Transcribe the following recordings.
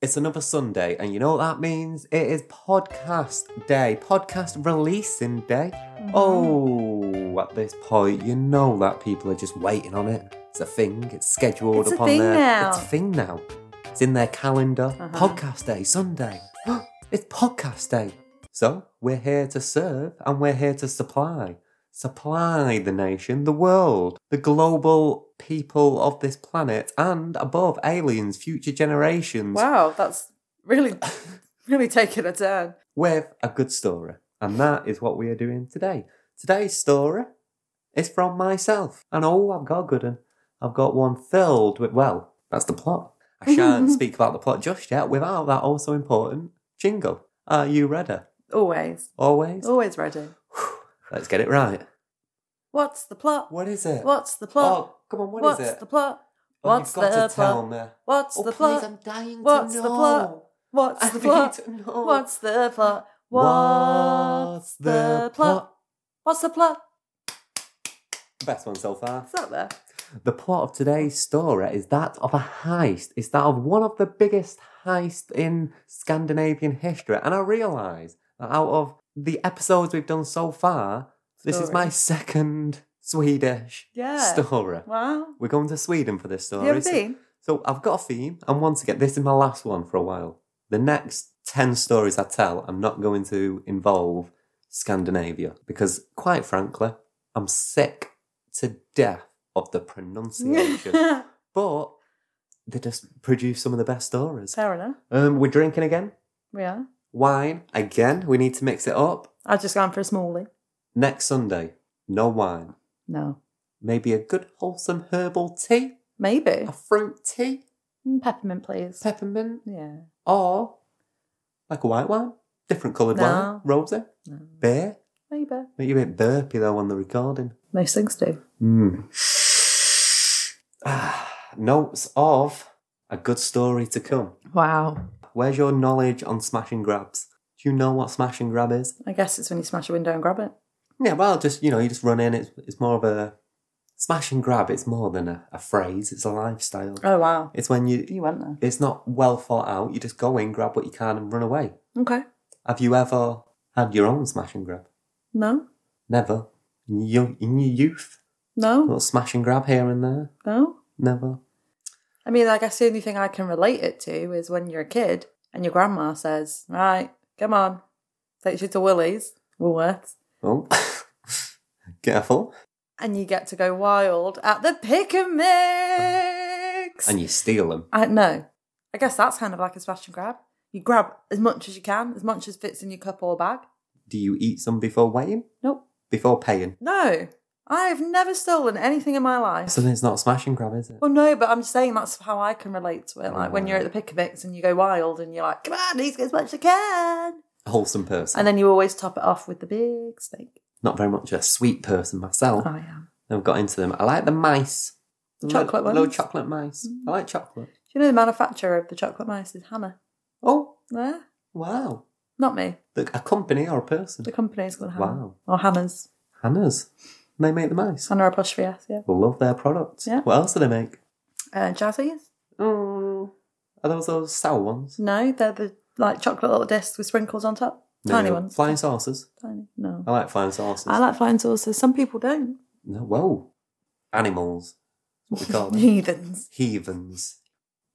It's another Sunday, and you know what that means? It is podcast day, podcast releasing day. Mm-hmm. Oh, at this point, you know that people are just waiting on it. It's a thing, it's scheduled It's a upon thing their. now. Uh-huh. It's a thing now. It's in their calendar. Podcast day, Sunday. it's podcast day. So, we're here to serve and we're here to supply. Supply the nation, the world, the global people of this planet, and above, aliens, future generations Wow, that's really, really taken a turn. with a good story. And that is what we are doing today. Today's story is from myself. And oh, I've got a good one. I've got one filled with, well, that's the plot. I shan't speak about the plot just yet without that also important jingle. Are you ready? Always, Always? always ready. Let's get it right. What's the plot? What is it? What's the plot? Oh, come on, what is What's it? the plot? Oh, What's you've got the to plot? tell me. What's Oh, the please, plot? I'm dying to What's the know. plot? What's I the need plot? to know. What's the plot? What's the plot? What's the plot? Best one so far. Is that there? The plot of today's story is that of a heist. It's that of one of the biggest heists in Scandinavian history. And I realise that out of the episodes we've done so far, this is Story. my second Swedish Yeah. story. Wow. We're going to Sweden for this Have story. you ever so- been? so I've got a theme, and once again, this is my last one for a while. The next 10 stories I tell, I'm not going to involve Scandinavia because, quite frankly, I'm sick to death of the pronunciation. but they just produce some of the best stories. Fair enough. Um, we're drinking again. We are. Wine, again, we need to mix it up. I've just gone for a smallie. Next Sunday, no wine. No. Maybe a good, wholesome herbal tea, Maybe. a fruit tea, Mm, Peppermint, please. peppermint. yeah. or like a white wine, different coloured wine, No. rosé, No. beer. Maybe. Make you a bit burpy though on the recording. Most things do. Mm. Ah, notes of a good story to come. Wow. Where's your knowledge on smash and grabs? Do you know what smash and grab is? I guess it's when you smash a window and grab it. Yeah, well, just you know, you just run in. It's it's more of a smash and grab. It's more than a, a phrase. It's a lifestyle. Oh, wow. It's when you. You went there. It's not well thought out. You just go in, grab what you can, and run away. Okay. Have you ever had your own smash and grab? No. Never. In your, young, in your youth, a No. little smash and grab here and there. No. Never. I mean, I guess the only thing I can relate it to is when you're a kid and your grandma says, right, come on, takes you to Willie's, Woolworths, Oh, careful. and you get to go wild at the pick and mix. And you steal them. I know. I guess that's kind of like a smash and grab. You grab as much as you can, as much as fits in your cup or bag. Do you eat some before weighing? Nope. Before paying? No. I've never stolen anything in my life. So then it's not a smash and grab, is it? Well, no, but I'm saying that's how I can relate to it. Like when you're at the pick a mix and you go wild and you're like, come on, these get as much as I can. A wholesome person. And then you always top it off with the big steak. Oh, not very much a sweet person myself. I am. I've got into them. I like the mice. The lo- Chocolate Low ones? Mm. chocolate mice. I like chocolate. Do you know the manufacturer of the chocolate mice is Hammer? Oh, Yeah. wow. Not me. The, a company or a person. The company's called Hammer. Wow. Or Hannah's. Hannah's. They make the mice. Hannah apostrophe S, yeah. Love their products. Yeah. What else do they make? Uh, Jazzy's? Oh, are those those sour ones? No, they're the like chocolate little discs with sprinkles on top. Tiny No, ones. Flying saucers. Tiny. No. I like flying saucers. I like flying saucers. Some people don't. No, whoa. Animals. That's what we call them. Heathens. Heathens.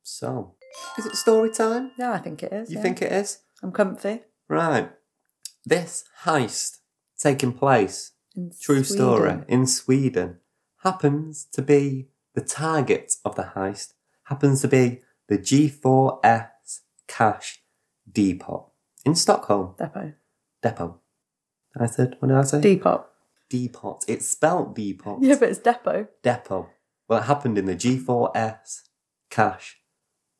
So, is it story time? Yeah, I think it is. You yeah. think it is? I'm comfy. Right. This heist taking place, In true Sweden. story, in Sweden, happens to be the target of the heist, happens to be the G4S Cash Depot in Stockholm. Depot. Depot. I said, what did I say? Depot. Depot. It's spelt Depot. Yeah, but it's depot. Depot. Well, it happened in the G4S Cash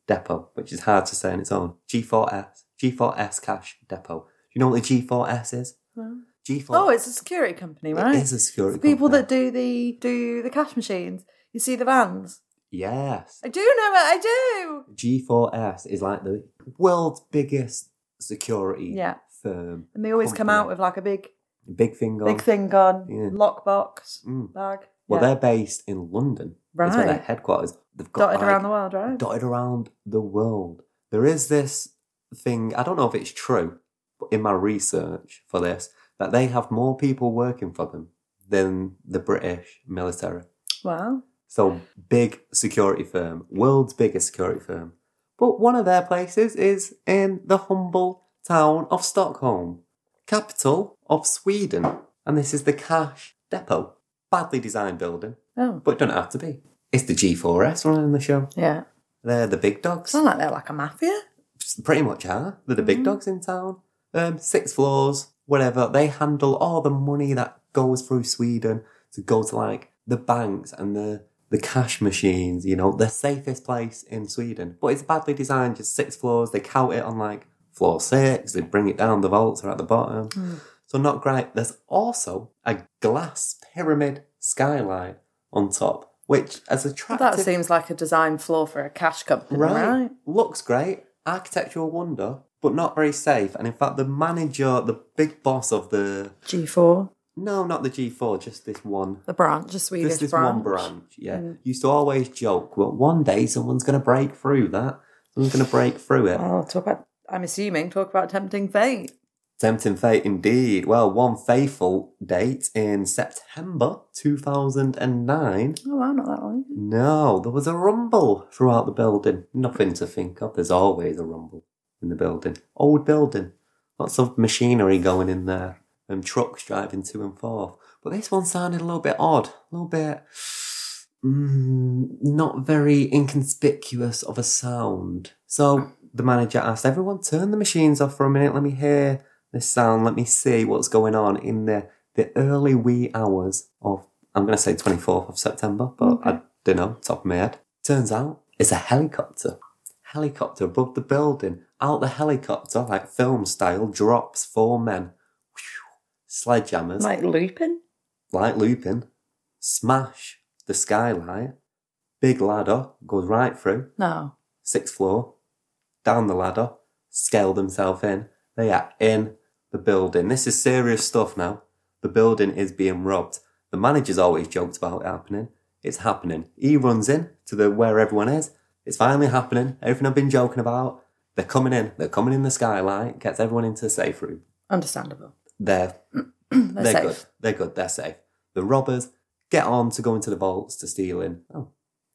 Depot, which is hard to say on its own. G4S. G4S Cash Depot. Do you know what the G4S is? No. G4. Oh, it's a security company, right? It is a security. the people company. that do the do the cash machines. You see the vans. Yes. I do know it. I do. G4S is like the world's biggest security Yeah. firm. And they always come Company. out with like a big Big thing on. big thing gone Yeah. lockbox Mm. bag. Well, yeah. they're based in London. That's where Right. their headquarters. They've got dotted like, around the world, right? dotted around the world. There is this thing, I don't know if it's true, but in my research for this, that they have more people working for them than the British military. Wow. So big security firm, world's biggest security firm. But one of their places is in the humble town of Stockholm, capital of Sweden. And this is the Cash Depot. Badly designed building, Oh. but don't have to be. It's the G4S running the show. Yeah. They're the big dogs. Sound like they're like a mafia. Pretty much are. They're the big Mhm. dogs in town. Um, six floors, whatever. They handle all the money that goes through Sweden to go to like the banks and the, the cash machines, you know, the safest place in Sweden. But it's badly designed, just six floors. They count it on like floor six, they bring it down, the vaults are at the bottom. Mm. So not great. There's also a glass pyramid skylight on top, which as attractive That seems like a design flaw for a cash company, Right. right? Looks great, architectural wonder, but not very safe. And in fact, the manager, the big boss of the G4, no, not the G4, just this one, the branch, the Swedish just this branch. one branch. Yeah, Mm. used to always joke, well, one day someone's going to break through that. Someone's going to break through it. Oh, talk about. I'm assuming talk about tempting fate. Tempting fate indeed. Well, one faithful date in September 2009. Oh wow, not that long. No, there was a rumble throughout the building. Nothing to think of. There's always a rumble in the building. Old building. Lots of machinery going in there and trucks driving to and forth. But this one sounded a little bit odd, a little bit mm, not very inconspicuous of a sound. So the manager asked everyone, turn the machines off for a minute. Let me hear this sound. Let me see what's going on in the, the early wee hours of, I'm going to say 24th of September, but I don't know, top of my head. Turns out it's a helicopter. Helicopter above the building. Out the helicopter, like film style, drops four men. Whew. Sledgehammers Like Lupin. like Lupin, smash the skylight, big ladder, goes right through, No. sixth floor, down the ladder, scale themselves in. They are in the building. This is serious stuff now. The building is being robbed. The manager's always joked about it happening. It's happening. He runs in to the where everyone is. It's finally happening. Everything I've been joking about. They're coming in. They're coming in the skylight. Gets everyone into the safe room. Understandable. They're They're, they're safe. good. They're good. They're safe. The robbers get on to going to the vaults to stealing. Oh,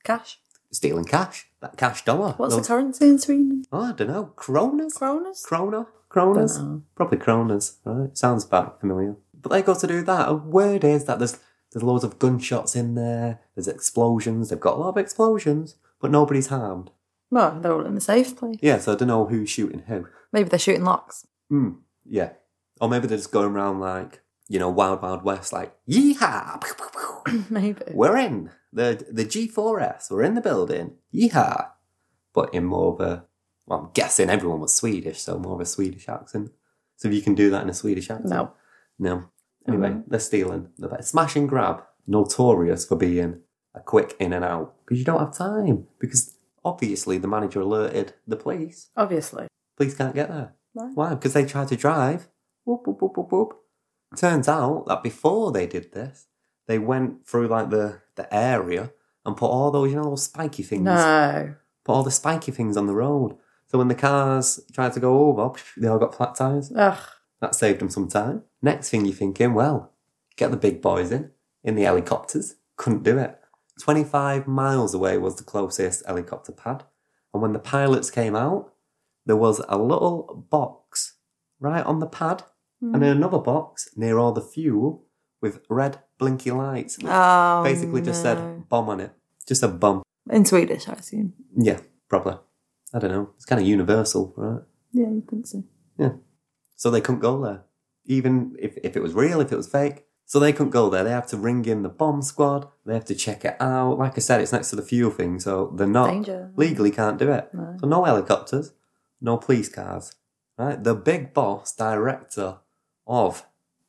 Cash. stealing cash. That cash dollar. What's Those- the currency in Sweden? Oh, I don't know. Kronas. Kronas. Krona. Don't Kronas. know. Probably Kronas. Right. Sounds about familiar. But they got to do that. A word is that there's there's loads of gunshots in there. There's explosions. They've got a lot of explosions, but nobody's harmed. Well, they're all in the safe place. Yeah. So I don't know who's shooting who. Maybe they're shooting locks. Mm, yeah. Or maybe they're just going around like you know, wild wild west, like yeehaw. Maybe. We're in the the G4S. We're in the building. Yeehaw! But in more of a, well, I'm guessing everyone was Swedish, so more of a Swedish accent. So if you can do that in a Swedish accent, no. no. Anyway, Mhm. they're stealing. They're smash and grab, notorious for being a quick in and out because you don't have time. Because obviously the manager alerted the police. Obviously. Police can't get there. No. Why? Because they tried to drive. Whoop, whoop, whoop, whoop, whoop. Turns out that before they did this, they went through like the, the area and put all those, you know, those spiky things. No. Put all the spiky things on the road. So when the cars tried to go over, they all got flat tyres. Ugh. That saved them some time. Next thing you're thinking, well, get the big boys in, in the helicopters. Couldn't do it. 25 miles away was the closest helicopter pad. And when the pilots came out, there was a little box right on the pad Mm. and then another box near all the fuel with red blinky lights. which Oh, basically just no. said bomb on it. Just a bomb. in Swedish, I assume. Yeah, probably. I don't know. It's kind of universal, right? Yeah, you think so? So they couldn't go there. Even if, if it was real, if it was fake. So they couldn't go there. They have to ring in the bomb squad. They have to check it out. Like I said, it's next to the fuel thing, so they're not Danger. legally can't do it. No. So no helicopters, no police cars. Right? The big boss director of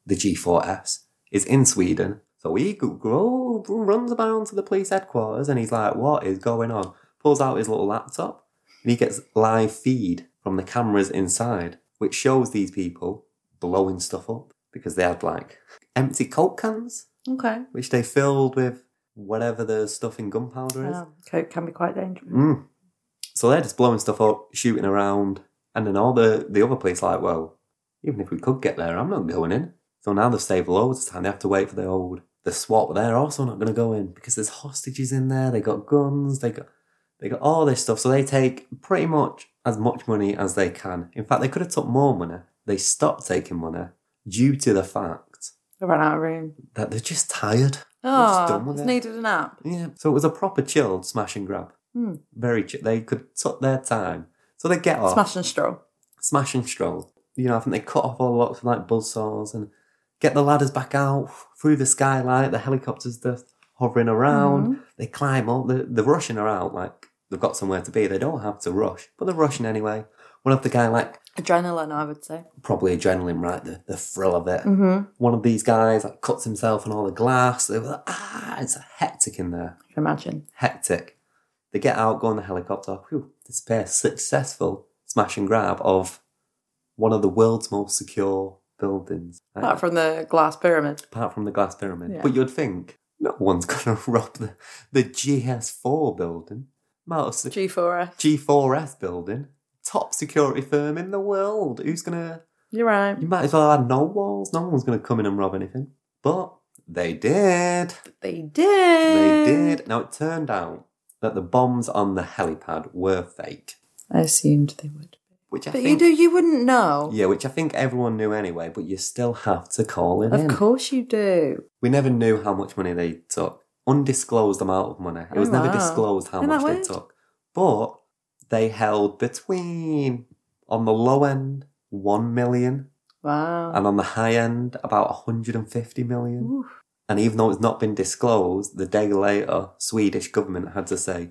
the G4S is in Sweden. So he go- go- runs around to the police headquarters and he's like, what is going on? Pulls out his little laptop and he gets live feed from the cameras inside, which shows these people blowing stuff up because they had like empty Coke cans, Okay. which they Oh, filled with whatever the stuff in gunpowder is. Um, coke can be quite dangerous. Mm. So they're just blowing stuff up, shooting around, and then all the, the other police are like, well, even if we could get there, I'm not going in. So now they've saved loads of time. They have to wait for the old the SWAT, but they're also not going to go in because there's hostages in there. They got guns. They got they got all this stuff. So they take pretty much as much money as they can. In fact, they could have took more money. They stopped taking money due to the fact I ran out of room. that they're just tired. just done Oh, with it's it. needed a nap. Yeah. So it was a proper chilled smash and grab. Hmm. Very chill. They could took their time. So they get off, smash. Smash and straw. and stroll. You know, I think they cut off all the lots of like buzzsaws and get the ladders back out through the skylight. The helicopters just hovering around. Mhm. They climb up. The, the rushing are out like they've got somewhere to be. They don't have to rush, but they're rushing anyway. One of the guy like Adrenaline, I would say. probably adrenaline, right? The, the thrill of it. Mm-hmm. One of these guys like cuts himself on all the glass. They were like, ah, it's hectic in there I can imagine. hectic. They get out, go on the helicopter, whew, disappear. Successful smash and grab of one of the world's most secure buildings, right? Apart from the glass pyramid. Apart from the Glass Pyramid. Yeah. But you'd think no one's going to rob the, the GS4 building, amount of sec- G4S. G4S building, top security firm in the world. Who's going to You're right. you might as well have no walls. No one's going to come in and rob anything. But they did. They They did. did. Now, it turned out that the bombs on the helipad were fake, I assumed they would. which I But you think. do. You wouldn't know. Yeah, which I think everyone knew anyway, but you still have to call it in. Of course you do. We never knew how much money they took. Undisclosed amount of money. It was Oh, never wow. disclosed how Isn't much that they weird? took. But they held between, on the low end, 1 million, Wow. and on the high end, about 150 million. Oof. And even though it's not been disclosed, the day later, Swedish government had to say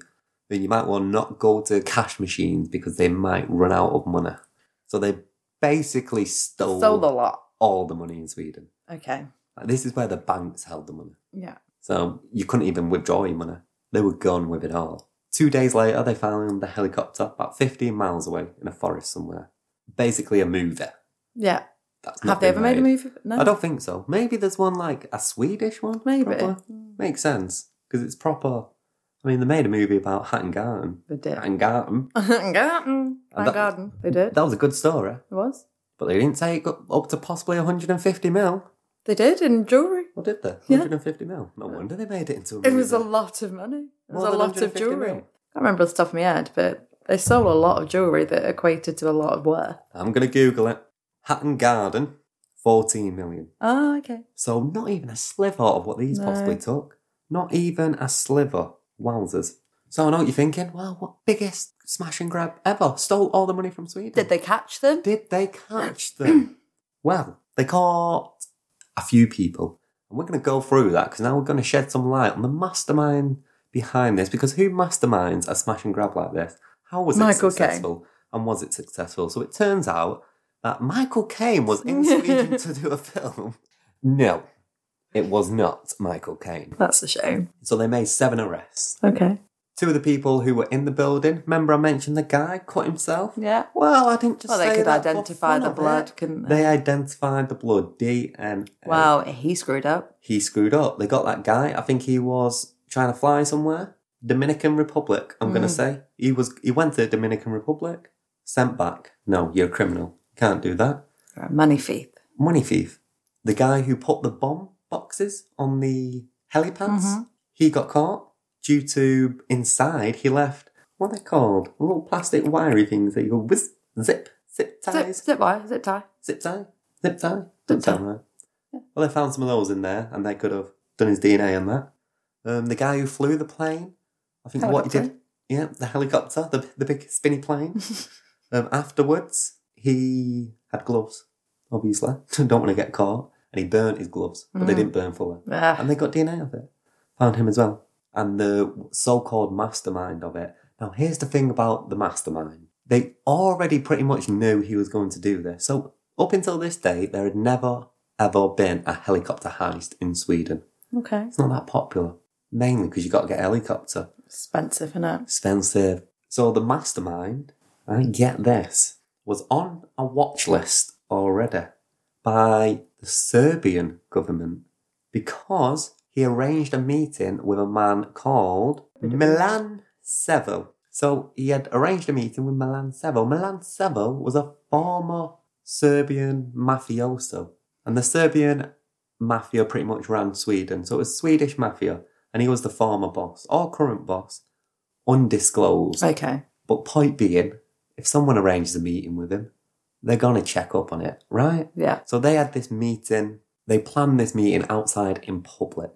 that you might want to not go to cash machines because they might run out of money. So they basically stole, Sold a lot. all the money in Sweden. Okay. Like, this is where the banks held the money. Yeah. So you couldn't even withdraw your money. They were gone with it all. Two days later, they found the helicopter about 15 miles away in a forest somewhere. Basically a movie. Yeah. That's not Have they been ever made a made. movie? No. I don't think so. Maybe there's one like a Swedish one. Oh. Maybe. probably. Mm. Makes sense because it's proper. I mean, they made a movie about Hattengarten. They did. Hattengarten. Garden. And My that- garden. They did. That was a good story, it was. but they didn't take up, up to possibly 150 mil. They did in jewellery. Or did they? Yeah. 150 mil. No wonder they made it into a movie. It was a lot of money. It was More a than lot of 150 jewellery. mil. I remember the stuff in my head, but they sold a lot of jewellery that equated to a lot of worth. I'm gonna Google it. Hatton Garden, 14 million. Oh, okay. So not even a sliver of what these No. possibly took. Not even a sliver. Wowzers. So I know what you're thinking. Well, what biggest smash and grab ever? Stole all the money from Sweden. Did they catch them? Did they catch them? well, they caught a few people. And we're going to go through that because now we're going to shed some light on the mastermind behind this. Because who masterminds a smash and grab like this? How was it Michael Caine. successful? And was it successful? So it turns out that Michael Caine was in Sweden to do a film. No, it was not Michael Caine. That's a shame. So they made seven arrests. Okay. Two of the people who were in the building, remember I mentioned the guy cut himself? Yeah. Well, I didn't just Well, they say could that for identify fun the of blood, it. couldn't they? They identified the blood DNA. Wow, he screwed up. He screwed up. They got that guy. I think he was trying to fly somewhere. Dominican Republic, I'm gonna Mm. say. He was he went to the Dominican Republic, sent back. No, you're a criminal. Can't do that. You're a money thief. Money thief. The guy who put the bomb boxes on the helipads, Mhm. he got caught due to inside he left what are they called? Little plastic wiry things that you go whiz zip, zip Zip, ties. zip wire, zip tie. Zip tie? Zip tie? Zip Zip tie, tie. right. Well, they found some of those in there and they could have done his DNA on that. Um, the guy who flew the plane, I think what he did. Helicopter. Yeah, the helicopter, the, the big spinny plane. um, afterwards, he had gloves, obviously. Don't want to get caught. And he burnt his gloves, but they Mm. didn't burn fully. Ah, And they got DNA of it. Found him as well. And the so called mastermind of it. Now, here's the thing about the mastermind. They already pretty much knew he was going to do this. So, up until this day, there had never, ever been a helicopter heist in Sweden. okay. It's not that popular. Mainly because you got to get a helicopter. Expensive, isn't it? Expensive. So, the mastermind, I get this, was on a watch list already by the Serbian government because he arranged a meeting with a man called Milan Sevel. So he had arranged a meeting with Milan Sevo. Milan Sevo was a former Serbian mafioso, and the Serbian mafia pretty much ran Sweden. So it was Swedish mafia, and he was the former boss or current boss, undisclosed. Okay. But point being, if someone arranges a meeting with him, they're gonna check up on it, right? Yeah. So they had this meeting. They planned this meeting outside in public,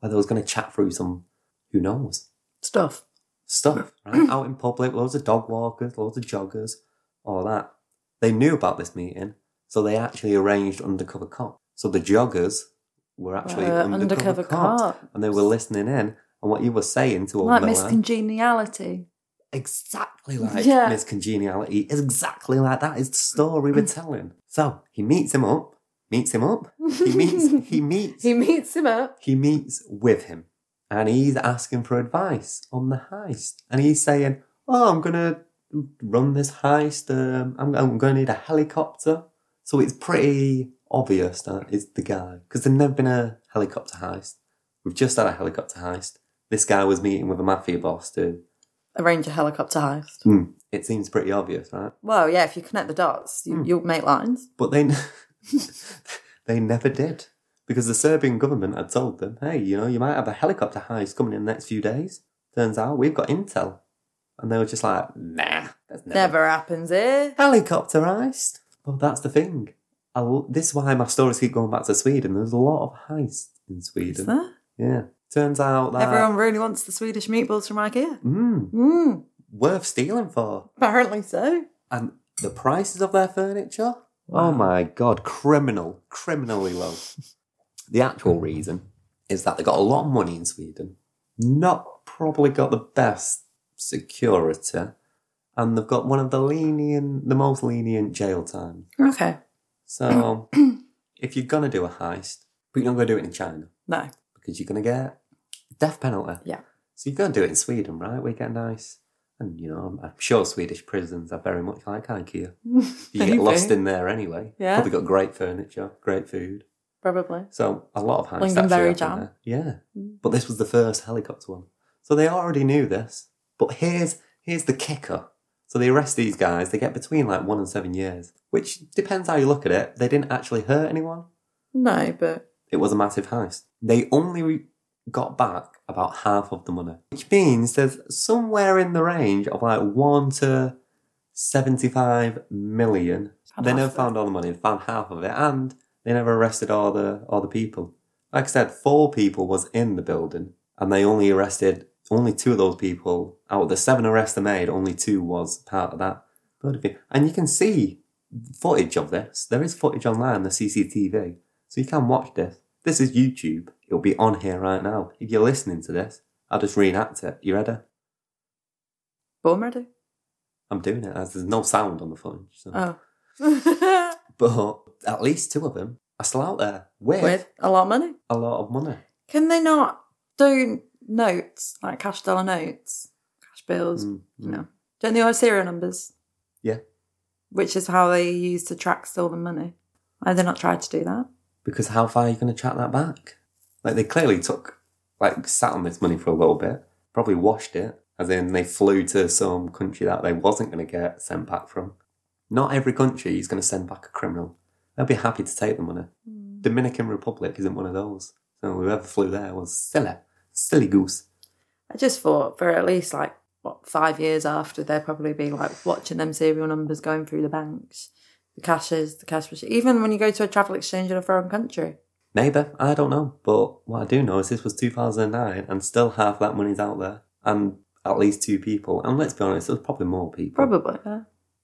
where they was going to chat through some, who knows, Stuff. stuff, Mm. right? Out in public, loads of dog walkers, loads of joggers, all that. They knew about this meeting, so they actually arranged undercover cop. So the joggers were actually Uh, undercover, undercover cops, cop. and they were listening in on what you were saying to all Like like Miss Congeniality. exactly like Yeah. Miss Congeniality, exactly like that is the story we're telling. So he meets him up, meets him up, he meets, he meets, He meets him up. he meets with him and he's asking for advice on the heist. And he's saying, Oh, I'm going to run this heist. Um, I'm, I'm going to need a helicopter. So it's pretty obvious that it's the guy because there's never been a helicopter heist. We've just had a helicopter heist. This guy was meeting with a mafia boss too. Arrange a helicopter heist. Hmm, It seems pretty obvious, right? Well, yeah, if you connect the dots, you, Hmm. you'll make lines. But they, they never did because the Serbian government had told them, "Hey, you know, you might have a helicopter heist coming in the next few days." Turns out we've got intel, and they were just like, "Nah, that's never, Never happens eh? here. helicopter heist." Well, that's the thing. I will- this is why my stories keep going back to Sweden. There's a lot of heists in Is Sweden. there? Yeah, turns out that Everyone really wants the Swedish meatballs from IKEA. mm, Mm, worth stealing for, apparently so. and the prices of their furniture. Oh Wow. my god, criminal, criminally low. the actual reason is that they got a lot of money in Sweden, not probably got the best security, and they've got one of the lenient, the most lenient jail time. Okay. So, if you're gonna do a heist, but you're not gonna do it in China No. because you're gonna get death penalty. Yeah. So you're gonna do it in Sweden, right? We get nice, and you know, I'm, I'm sure Swedish prisons are very much like IKEA. You get Maybe. lost in there anyway. Yeah. Probably got great furniture, great food. Probably. So a lot of hands. Lingonberry Yeah. Mm. But this was the first helicopter one. So they already knew this. But here's here's the kicker. So they arrest these guys, they get between like one and seven years. Which depends how you look at it. They didn't actually hurt anyone. No, but It was a massive heist. They only re- got back about half of the money. Which means there's somewhere in the range of like one to seventy-five million Found they half never of it. found all the money. They found half of it, and they never arrested all the all the people. Like I said, four people was in the building, and they only arrested only two of those people. Out of the seven arrests they made, only two was part of that building. thing. And you can see footage of this. There is footage online, the CCTV, so you can watch this. This is YouTube. It'll be on here right now. If you're listening to this, I'll just reenact it. You ready? born ready. I'm doing it as there's no sound on the phone. So. Oh. But at least two of them are still out there with, With a lot of money. a lot of money. Can they not do notes, like cash dollar notes, cash bills? Mm, mm. No. Don't they all have serial numbers? Yeah. Which is how they used to track stolen money. Why have they not tried to do that? Because how far are you going to track that back? Like, they clearly took, like, sat on this money for a little bit, probably washed it, as in they flew to some country that they wasn't going to get sent back from. Not every country is going to send back a criminal. They'll be happy to take the money. Dominican Republic isn't one of those. So whoever flew there was silly, silly goose. I just thought for at least like what five years after they'll probably be like watching them serial numbers going through the banks, the cashes, the cash machine. Even when you go to a travel exchange in a foreign country, Maybe, I don't know. But what I do know is this was 2009 and still half that money's out there. And at least two people. And let's be honest, there's probably more people. probably. Yeah.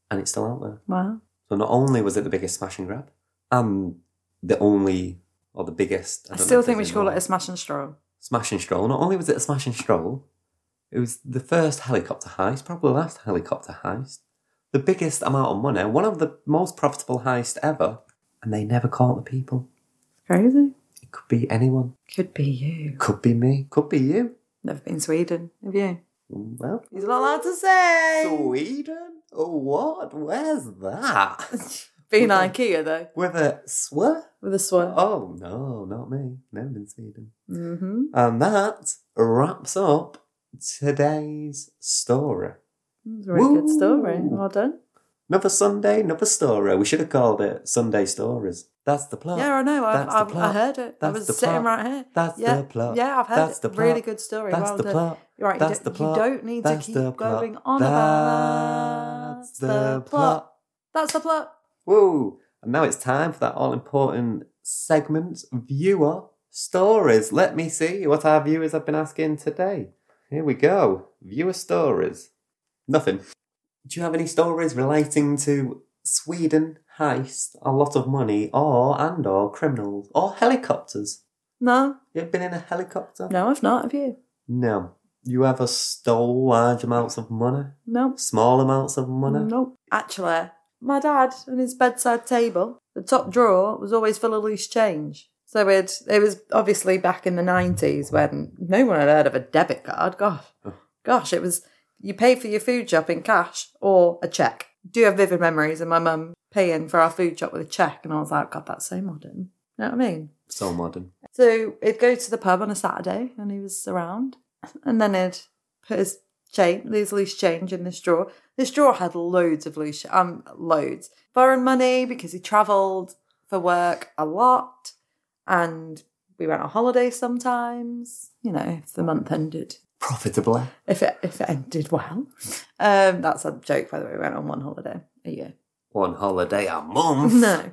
And it's still out there. Wow. So not only was it the biggest smash and grab, and the only, or the biggest. I, don't know still if think we there's should any call it more. a smash and straw. Smash and stroll. Not only was it a smash and stroll, it was the first helicopter heist, probably the last helicopter heist, the biggest amount of money, one of the most profitable heist ever. And they never caught the people. Crazy. It could be anyone. Could be you. Could be me. Could be you. Never been Sweden, have you? Well, He's not allowed to say. Sweden? Oh, What? Where's that? Been IKEA though, With a swear? with a swear. Oh no, not me. Never been Sweden. Mm-hmm. And that wraps up today's story. It's a really good story. Woo! Well done. Another Sunday, another story. We should have called it Sunday Stories. That's the plot. Yeah, I know. I, Oh, That's the I, I plot. heard it. I That's was the sitting plot. right here. That's yeah, the plot. Yeah, I've heard That's it. the Really plot. good story. That's well the done. plot. You're right. That's you, the don't- plot. you don't need That's to the keep plot. going on about That's the plot. That's the plot. Woo! And now it's time for that all important segment viewer stories. Let me see what our viewers have been asking today. Here we go. Viewer stories. Nothing. Do you have any stories relating to Sweden, heist, a lot of money, or and or criminals, or helicopters? No, You ever been in a helicopter? no, I've not. Have you? No. You ever stole large amounts of money? No. Small amounts of money? Nope. Actually, my dad and his bedside table, the top drawer was always full of loose change. So it it was obviously back in the nineties when no one had heard of a debit card. Gosh, Ugh. gosh, it was you pay for your food shop in cash or a check. Do have vivid memories of my mum paying for our food shop with a check, and I was like, God, that's so modern. You know what I mean? So modern. So he'd go to the pub on a Saturday and he was around. And then he'd put his change, his loose change in this drawer. This drawer had loads of loose, um, loads. Foreign money because he travelled for work a lot. And we went on holiday sometimes, you know, if the month ended. Profitably. If it, if it ended well. Um, that's a joke, by the way. We went on one holiday a year. One holiday a month. No.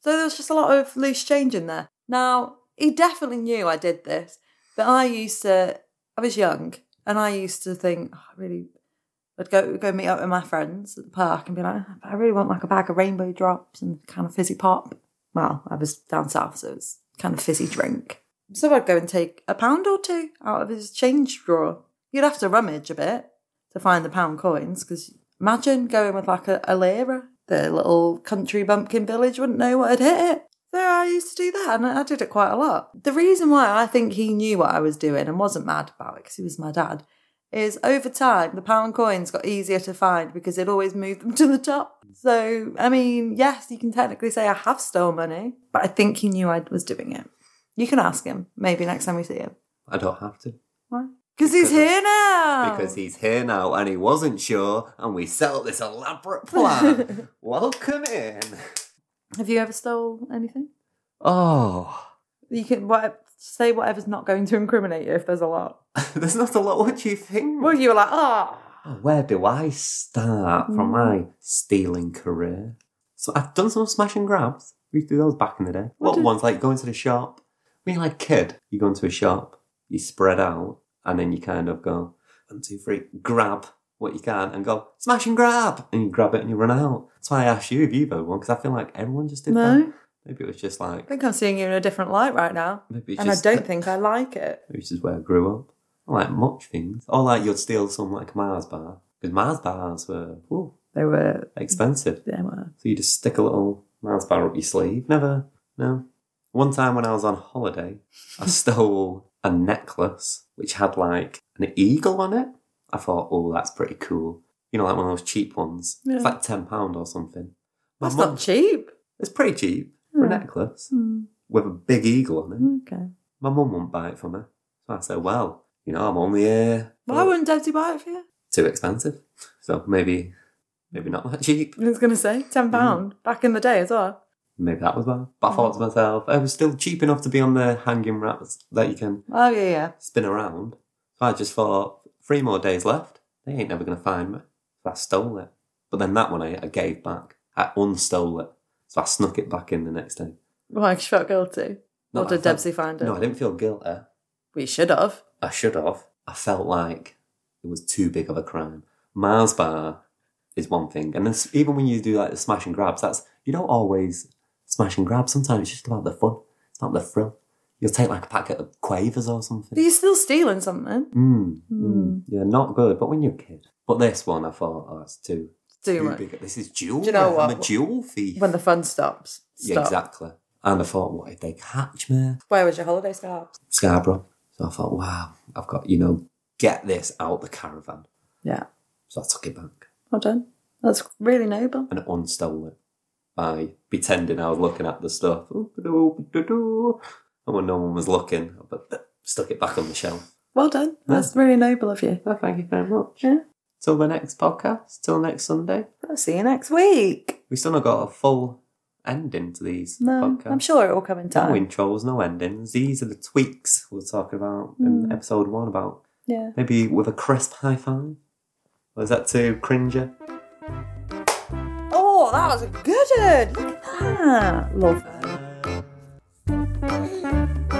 So there was just a lot of loose change in there. Now, he definitely knew I did this, but I used to, I was young, and I used to think, "Oh, I really, I'd go go meet up with my friends at the park and be like, "Oh, I really want like a bag of rainbow drops and kind of fizzy pop. Well, I was down south, so it was kind of fizzy drink. So I'd go and take a pound or two out of his change drawer. You'd have to rummage a bit to find the pound coins because imagine going with like a, a lira. The little country bumpkin village wouldn't know what had hit it. So I used to do that and I did it quite a lot. The reason why I think he knew what I was doing and wasn't mad about it because he was my dad is over time the pound coins got easier to find because it always moved them to the top. So, I mean, yes, you can technically say I have stole money, but I think he knew I was doing it. You can ask him maybe next time we see him. I don't have to. Why? Because he's Because I- here now. Because he's here now and he wasn't sure, and we set up this elaborate plan. Welcome in. Have you ever stole anything? Oh, You can what, say whatever's not going to incriminate you if there's a lot. there's not a lot. What do you think? Well, you were like, ah. Oh, Where do I start from Hmm. my stealing career? So I've done some smash and grabs. We used to do those back in the day. What What did- ones like going to the shop? When you're like a kid, you go into a shop, you spread out, and then you kind of go one, two, three, grab what you can, and go smash and grab, and you grab it and you run out. That's why I asked you if you've ever one because I feel like everyone just did that. No, Maybe it was just like I think I'm seeing you in a different light right now, maybe it's and I just don't think I like it. maybe it's just where I grew up. I like much things, or like you'd steal some like Mars bar because Mars bars were ooh, They were, expensive. they were. So you just stick a little mouse bar up your sleeve. Never, no. One time when I was on holiday, I stole a necklace which had like an eagle on it. I thought, oh, that's pretty cool. You know, like one of those cheap ones. Yeah. It's like ten pound or something. My That's mum- not cheap. It's pretty cheap for Yeah. Mm. a necklace Hmm, with a big eagle on it. okay. My mum won't buy it for me, so I said, well, you know, I'm only here. Why wouldn't Daddy buy it for you? too expensive? So maybe, maybe not that cheap. I was going to say ten pound back in the day as well. Maybe that was bad. But I thought to myself, it was still cheap enough to be on the hanging wraps that you can Oh yeah, yeah. spin around. So I just thought, three more days left. They ain't never going to find me. So I stole it. But then that one I, I gave back. I unstole it. So I snuck it back in the next day. Why she felt guilty? Not Or did that I felt- Debsey find it? No, I didn't feel guilty. We should have. I should have. I felt like it was too big of a crime. Mars bar is one thing, and this, even when you do like the smash and grabs, that's you don't always smash and grab. Sometimes it's just about the fun. It's about the thrill. You'll take like a packet of quavers or something. But you're still stealing something. Mm, Mm. mm. Yeah, not good. But when you're a kid, but this one, I thought, oh, it's too Too too much. big. This is jewel. Do you know I'm what? a jewel thief. When the fun stops. Stop. yeah, exactly. And I thought, what if they catch me? Where was your holiday scarf? Scarborough. So I thought, wow, I've got, you know, get this out the caravan. Yeah. So I took it back Well done. That's really noble. and unstole it by pretending I was looking at the stuff. Ooh-ba-doo-ba-doo-doo. And when no one was looking, but stuck it back on the shelf. Well done. Yeah. That's really noble of you. Oh, thank you very much. Yeah. Till the next podcast, till next Sunday. I'll see you next week. We still not got a full ending to these No, podcasts. I'm sure it will come in No time. intros, no endings. These are the tweaks we're talking about in Hmm. episode one about Yeah. maybe with a crisp high five. Or is that too cringer? Oh, that was a good one. Look at that. Love it. Uh,